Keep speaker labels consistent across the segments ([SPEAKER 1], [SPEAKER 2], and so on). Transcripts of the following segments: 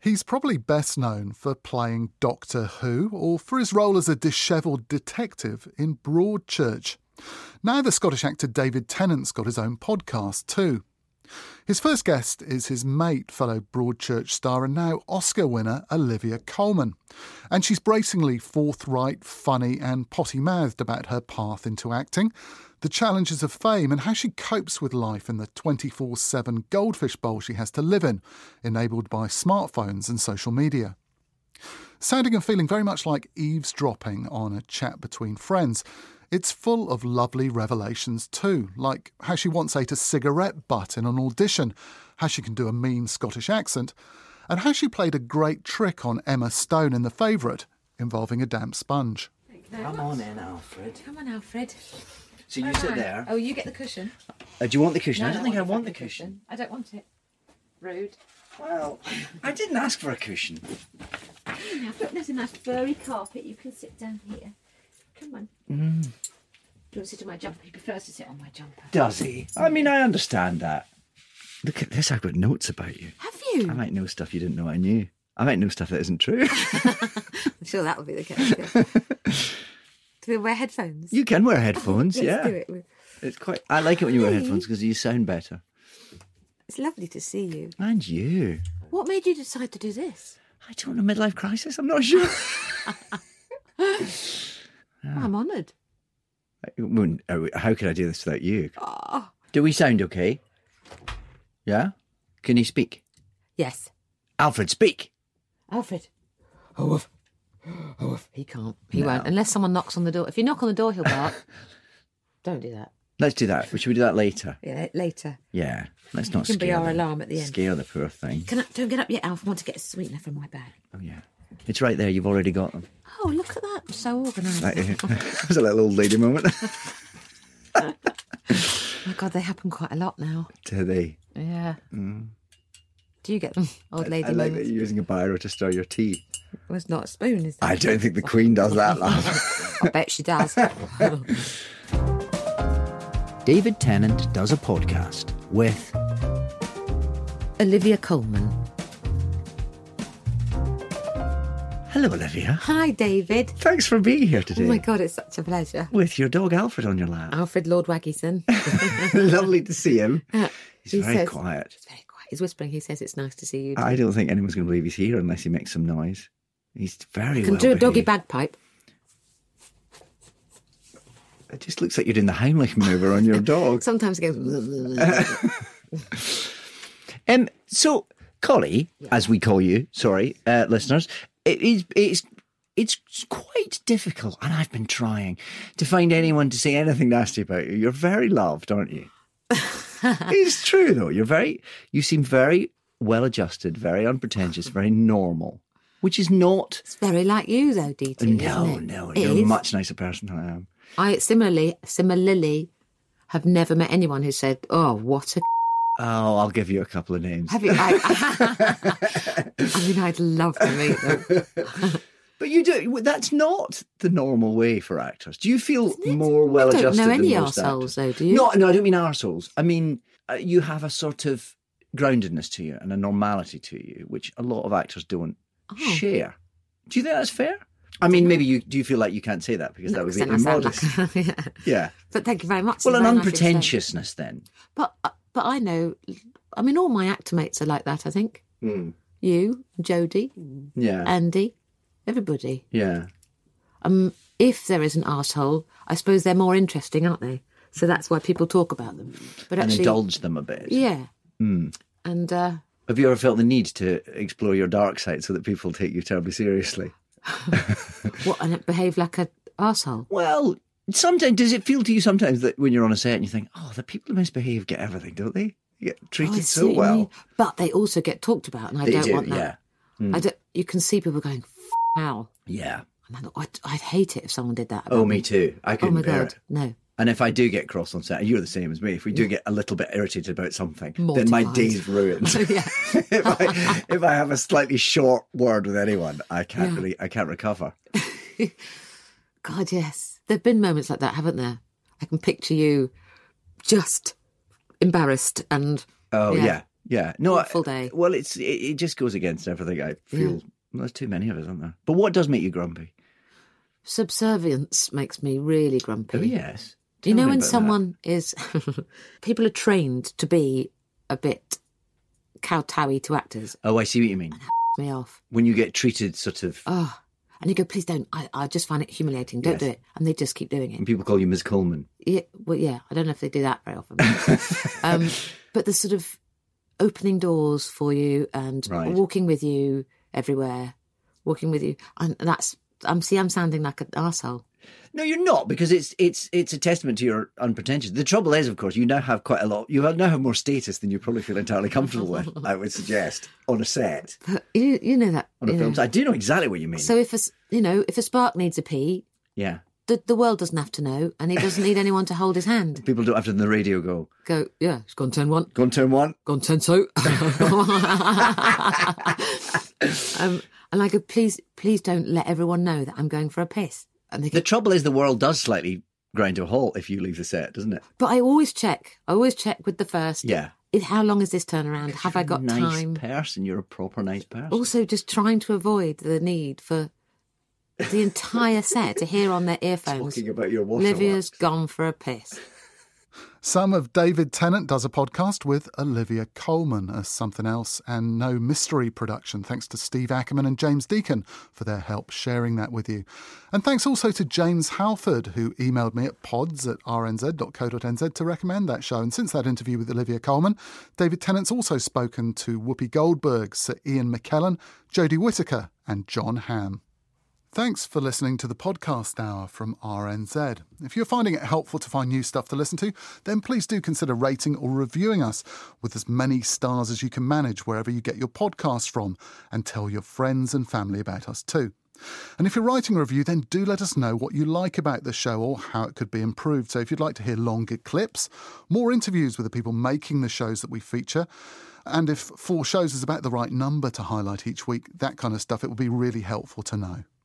[SPEAKER 1] He's probably best known for playing Doctor Who or for his role as a dishevelled detective in Broadchurch. Now, the Scottish actor David Tennant's got his own podcast too. His first guest is his mate, fellow Broadchurch star, and now Oscar winner Olivia Colman. And she's bracingly forthright, funny, and potty mouthed about her path into acting, the challenges of fame, and how she copes with life in the 24 7 goldfish bowl she has to live in, enabled by smartphones and social media. Sounding and feeling very much like eavesdropping on a chat between friends, it's full of lovely revelations too, like how she once ate a cigarette butt in an audition, how she can do a mean Scottish accent, and how she played a great trick on Emma Stone in The Favourite involving a damp sponge.
[SPEAKER 2] Come on in, Alfred.
[SPEAKER 3] Come on, Alfred.
[SPEAKER 2] So you sit there.
[SPEAKER 3] Oh, you get the cushion.
[SPEAKER 2] Uh, do you want the cushion?
[SPEAKER 3] No,
[SPEAKER 2] I don't think I want the
[SPEAKER 3] fucking
[SPEAKER 2] cushion.
[SPEAKER 3] I don't want it. Rude.
[SPEAKER 2] Well, I didn't ask for a cushion.
[SPEAKER 3] Now, put this in that furry carpet. You can sit down here. Come on.
[SPEAKER 2] Mm.
[SPEAKER 3] Do you want to sit on my jumper? He prefers to sit on my jumper.
[SPEAKER 2] Does he? I mean, I understand that. Look at this. I've got notes about you.
[SPEAKER 3] Have you?
[SPEAKER 2] I might know stuff you didn't know I knew. I might know stuff that isn't true.
[SPEAKER 3] I'm sure that will be the case. yeah. Do we wear headphones?
[SPEAKER 2] you can wear headphones.
[SPEAKER 3] Let's
[SPEAKER 2] yeah,
[SPEAKER 3] do it. We're-
[SPEAKER 2] it's quite. I like it when you wear headphones because you sound better.
[SPEAKER 3] It's lovely to see you.
[SPEAKER 2] And you.
[SPEAKER 3] What made you decide to do this?
[SPEAKER 2] I don't know midlife crisis. I'm not sure.
[SPEAKER 3] I'm honoured.
[SPEAKER 2] I wouldn't- I would- How could I do this without you?
[SPEAKER 3] Oh.
[SPEAKER 2] Do we sound okay? Yeah. Can you speak?
[SPEAKER 3] Yes.
[SPEAKER 2] Alfred, speak.
[SPEAKER 3] Alfred. Oh, woof. Oh, woof. He can't. He
[SPEAKER 2] No.
[SPEAKER 3] won't. Unless someone knocks on the door. If you knock on the door, he'll bark. Don't do that.
[SPEAKER 2] Let's do that. Should we do that later?
[SPEAKER 3] Yeah, later.
[SPEAKER 2] Yeah. Let's not
[SPEAKER 3] It can be
[SPEAKER 2] scare
[SPEAKER 3] our
[SPEAKER 2] them.
[SPEAKER 3] alarm at the end.
[SPEAKER 2] Scare the poor thing.
[SPEAKER 3] Can I, don't get up yet, Alf. I want to get a sweetener from my bag.
[SPEAKER 2] Oh yeah. It's right there. You've already got them.
[SPEAKER 3] Oh, look at that. I'm so organised.
[SPEAKER 2] That
[SPEAKER 3] Oh,
[SPEAKER 2] that was a little old lady moment.
[SPEAKER 3] my God, they happen quite a lot now.
[SPEAKER 2] Do they?
[SPEAKER 3] Yeah. Do you get them, old lady?
[SPEAKER 2] Mm. I like that
[SPEAKER 3] moments?
[SPEAKER 2] you're using a biro to stir your tea.
[SPEAKER 3] Well, it's not a spoon, is it?
[SPEAKER 2] I don't think the Queen does that. Love.
[SPEAKER 3] I bet she does.
[SPEAKER 4] David Tennant does a podcast with
[SPEAKER 3] Olivia Coleman.
[SPEAKER 2] Hello, Olivia.
[SPEAKER 3] Hi, David.
[SPEAKER 2] Thanks for being here
[SPEAKER 3] Oh
[SPEAKER 2] today
[SPEAKER 3] my God, it's such a pleasure.
[SPEAKER 2] with your dog Alfred on your lap.
[SPEAKER 3] Alfred Lord Waggison.
[SPEAKER 2] Lovely to see him.
[SPEAKER 3] Yeah.
[SPEAKER 2] He's
[SPEAKER 3] Uh, He
[SPEAKER 2] very
[SPEAKER 3] says-
[SPEAKER 2] quiet.
[SPEAKER 3] He's very quiet. He's whispering. He says it's nice to see you.
[SPEAKER 2] I don't think anyone's going to believe he's here unless he makes some noise. He's very
[SPEAKER 3] Can
[SPEAKER 2] well
[SPEAKER 3] do a doggy
[SPEAKER 2] behaved.
[SPEAKER 3] bagpipe.
[SPEAKER 2] It just looks like you're doing the Heimlich maneuver on your dog.
[SPEAKER 3] Sometimes he goes.
[SPEAKER 2] Um, so, Collie, as we call you, sorry, uh, listeners, it is it's it's quite difficult, and I've been trying to find anyone to say anything nasty about you. You're very loved, aren't you? it's true though. You're very you seem very well adjusted, very unpretentious, very normal, which is not.
[SPEAKER 3] it's very like you, though, DT. isn't
[SPEAKER 2] No,
[SPEAKER 3] it?
[SPEAKER 2] no,
[SPEAKER 3] It
[SPEAKER 2] you're a
[SPEAKER 3] is.
[SPEAKER 2] much nicer person than I am.
[SPEAKER 3] I similarly, similarly, have never met anyone who said, "Oh, what a."
[SPEAKER 2] Oh, I'll give you a couple of names.
[SPEAKER 3] Have you? I, I mean, I'd love to meet them.
[SPEAKER 2] But you do. That's not the normal way for actors. Do you feel more well
[SPEAKER 3] I don't
[SPEAKER 2] adjusted?
[SPEAKER 3] know
[SPEAKER 2] than
[SPEAKER 3] any
[SPEAKER 2] most
[SPEAKER 3] arseholes,
[SPEAKER 2] actors?
[SPEAKER 3] though, do you?
[SPEAKER 2] No, no, I don't mean arseholes. I mean uh, you have a sort of groundedness to you and a normality to you, which a lot of actors don't
[SPEAKER 3] Oh.
[SPEAKER 2] share. Do you think that's fair? I mean, maybe you do you feel like you can't say that because that
[SPEAKER 3] No,
[SPEAKER 2] would
[SPEAKER 3] 'cause
[SPEAKER 2] be
[SPEAKER 3] then I sound
[SPEAKER 2] immodest.
[SPEAKER 3] like- yeah.
[SPEAKER 2] yeah.
[SPEAKER 3] But thank you very much.
[SPEAKER 2] Well,
[SPEAKER 3] It's
[SPEAKER 2] an
[SPEAKER 3] very nice of you to say.
[SPEAKER 2] unpretentiousness then.
[SPEAKER 3] But uh, but I know. I mean, all my actor mates are like that. I think you, Jodie,
[SPEAKER 2] Hmm. Yeah.
[SPEAKER 3] Andy, everybody.
[SPEAKER 2] yeah.
[SPEAKER 3] Um, if there is an asshole, I suppose they're more interesting, aren't they? So that's why people talk about them. But
[SPEAKER 2] And
[SPEAKER 3] actually,
[SPEAKER 2] indulge them a bit.
[SPEAKER 3] yeah.
[SPEAKER 2] Hmm.
[SPEAKER 3] And uh,
[SPEAKER 2] Have you ever felt the need to explore your dark side so that people take you terribly seriously?
[SPEAKER 3] what? And behave like a asshole.
[SPEAKER 2] Well, sometimes does it feel to you sometimes that when you're on a set and you think, oh, the people who misbehave get everything, don't they? get
[SPEAKER 3] Oh, I
[SPEAKER 2] treated
[SPEAKER 3] see
[SPEAKER 2] so
[SPEAKER 3] what you
[SPEAKER 2] well.
[SPEAKER 3] mean. But they also get talked about, and I
[SPEAKER 2] They
[SPEAKER 3] don't
[SPEAKER 2] do,
[SPEAKER 3] want that.
[SPEAKER 2] yeah. Hmm.
[SPEAKER 3] I don't, you can see people going, F- ow.
[SPEAKER 2] Yeah.
[SPEAKER 3] And I thought, I'd, I'd hate it if someone did that.
[SPEAKER 2] Oh,
[SPEAKER 3] about
[SPEAKER 2] me too. I
[SPEAKER 3] Oh
[SPEAKER 2] couldn't
[SPEAKER 3] my
[SPEAKER 2] bear
[SPEAKER 3] God.
[SPEAKER 2] it.
[SPEAKER 3] No.
[SPEAKER 2] And if I do get cross on set, and you're the same as me, if we
[SPEAKER 3] Mm.
[SPEAKER 2] do get a little bit irritated about something, then my
[SPEAKER 3] Mortified.
[SPEAKER 2] day's ruined.
[SPEAKER 3] yeah.
[SPEAKER 2] if, I, if I have a slightly short word with anyone, I can't
[SPEAKER 3] Yeah.
[SPEAKER 2] really, I can't recover.
[SPEAKER 3] God, yes. There have been moments like that, haven't there? I can picture you just embarrassed and
[SPEAKER 2] Oh yeah,
[SPEAKER 3] Yeah.
[SPEAKER 2] yeah. No,
[SPEAKER 3] Awful
[SPEAKER 2] I-
[SPEAKER 3] day.
[SPEAKER 2] Well, it's it, it just goes against everything. I feel well, there's too many of us, aren't there? But what does make you grumpy?
[SPEAKER 3] subservience makes me really grumpy.
[SPEAKER 2] Oh yes.
[SPEAKER 3] Do you
[SPEAKER 2] Tell
[SPEAKER 3] know
[SPEAKER 2] me
[SPEAKER 3] when
[SPEAKER 2] about that.
[SPEAKER 3] someone is? people are trained to be a bit kowtowy to actors.
[SPEAKER 2] Oh, I see what you mean.
[SPEAKER 3] Me off.
[SPEAKER 2] When you get treated sort of,
[SPEAKER 3] Oh. And you go, please don't. I, I just find it humiliating. Don't
[SPEAKER 2] Yes.
[SPEAKER 3] do it. And they just keep doing it.
[SPEAKER 2] when people call you Ms. Coleman.
[SPEAKER 3] Yeah, well, yeah. I don't know if they do that very often. um, but the sort of opening doors for you and
[SPEAKER 2] Right.
[SPEAKER 3] walking with you everywhere, walking with you, and that's. I'm see. I'm sounding like an asshole.
[SPEAKER 2] No, you're not, because it's it's it's a testament to your unpretentious. The trouble is, of course, you now have quite a lot. You now have more status than you probably feel entirely comfortable with. I would suggest on a set,
[SPEAKER 3] But you, you know that.
[SPEAKER 2] on a
[SPEAKER 3] you
[SPEAKER 2] film.
[SPEAKER 3] know.
[SPEAKER 2] set. I do know exactly what you mean.
[SPEAKER 3] So if a, s- you know, if a spark needs a pee,
[SPEAKER 2] yeah,
[SPEAKER 3] the, the world doesn't have to know, and he doesn't need anyone to hold his hand.
[SPEAKER 2] people don't have to on the radio go
[SPEAKER 3] Go, yeah, it's gone turn one,
[SPEAKER 2] go on turn one.
[SPEAKER 3] gone turn two. um, and I go, please, please don't let everyone know that I'm going for a piss. And they go,
[SPEAKER 2] The trouble is, the world does slightly grind to a halt if you leave the set, doesn't it?
[SPEAKER 3] but I always check. I always check with the first.
[SPEAKER 2] Yeah.
[SPEAKER 3] "Is- How long is this turnaround? Have I
[SPEAKER 2] You're a
[SPEAKER 3] got
[SPEAKER 2] nice
[SPEAKER 3] time?
[SPEAKER 2] person. You're a proper nice person.
[SPEAKER 3] Also, just trying to avoid the need for the entire set to hear on their earphones.
[SPEAKER 2] Talking about your water.
[SPEAKER 3] Olivia's gone for a piss.
[SPEAKER 1] Some of David Tennant does a podcast with Olivia Coleman as something else and no mystery production. Thanks to Steve Ackerman and James Deacon for their help sharing that with you. And thanks also to James Halford, who emailed me at pods at rnz.co.nz to recommend that show. And since that interview with Olivia Coleman, David Tennant's also spoken to Whoopi Goldberg, Sir Ian McKellen, Jodie Whittaker, and John Hamm. Thanks for listening to the podcast hour from RNZ. If you're finding it helpful to find new stuff to listen to, then please do consider rating or reviewing us with as many stars as you can manage wherever you get your podcast from, and tell your friends and family about us too. And if you're writing a review, then do let us know what you like about the show or how it could be improved. So if you'd like to hear longer clips, more interviews with the people making the shows that we feature, and if four shows is about the right number to highlight each week, that kind of stuff, it would be really helpful to know.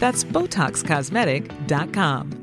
[SPEAKER 5] That's BotoxCosmetic.com.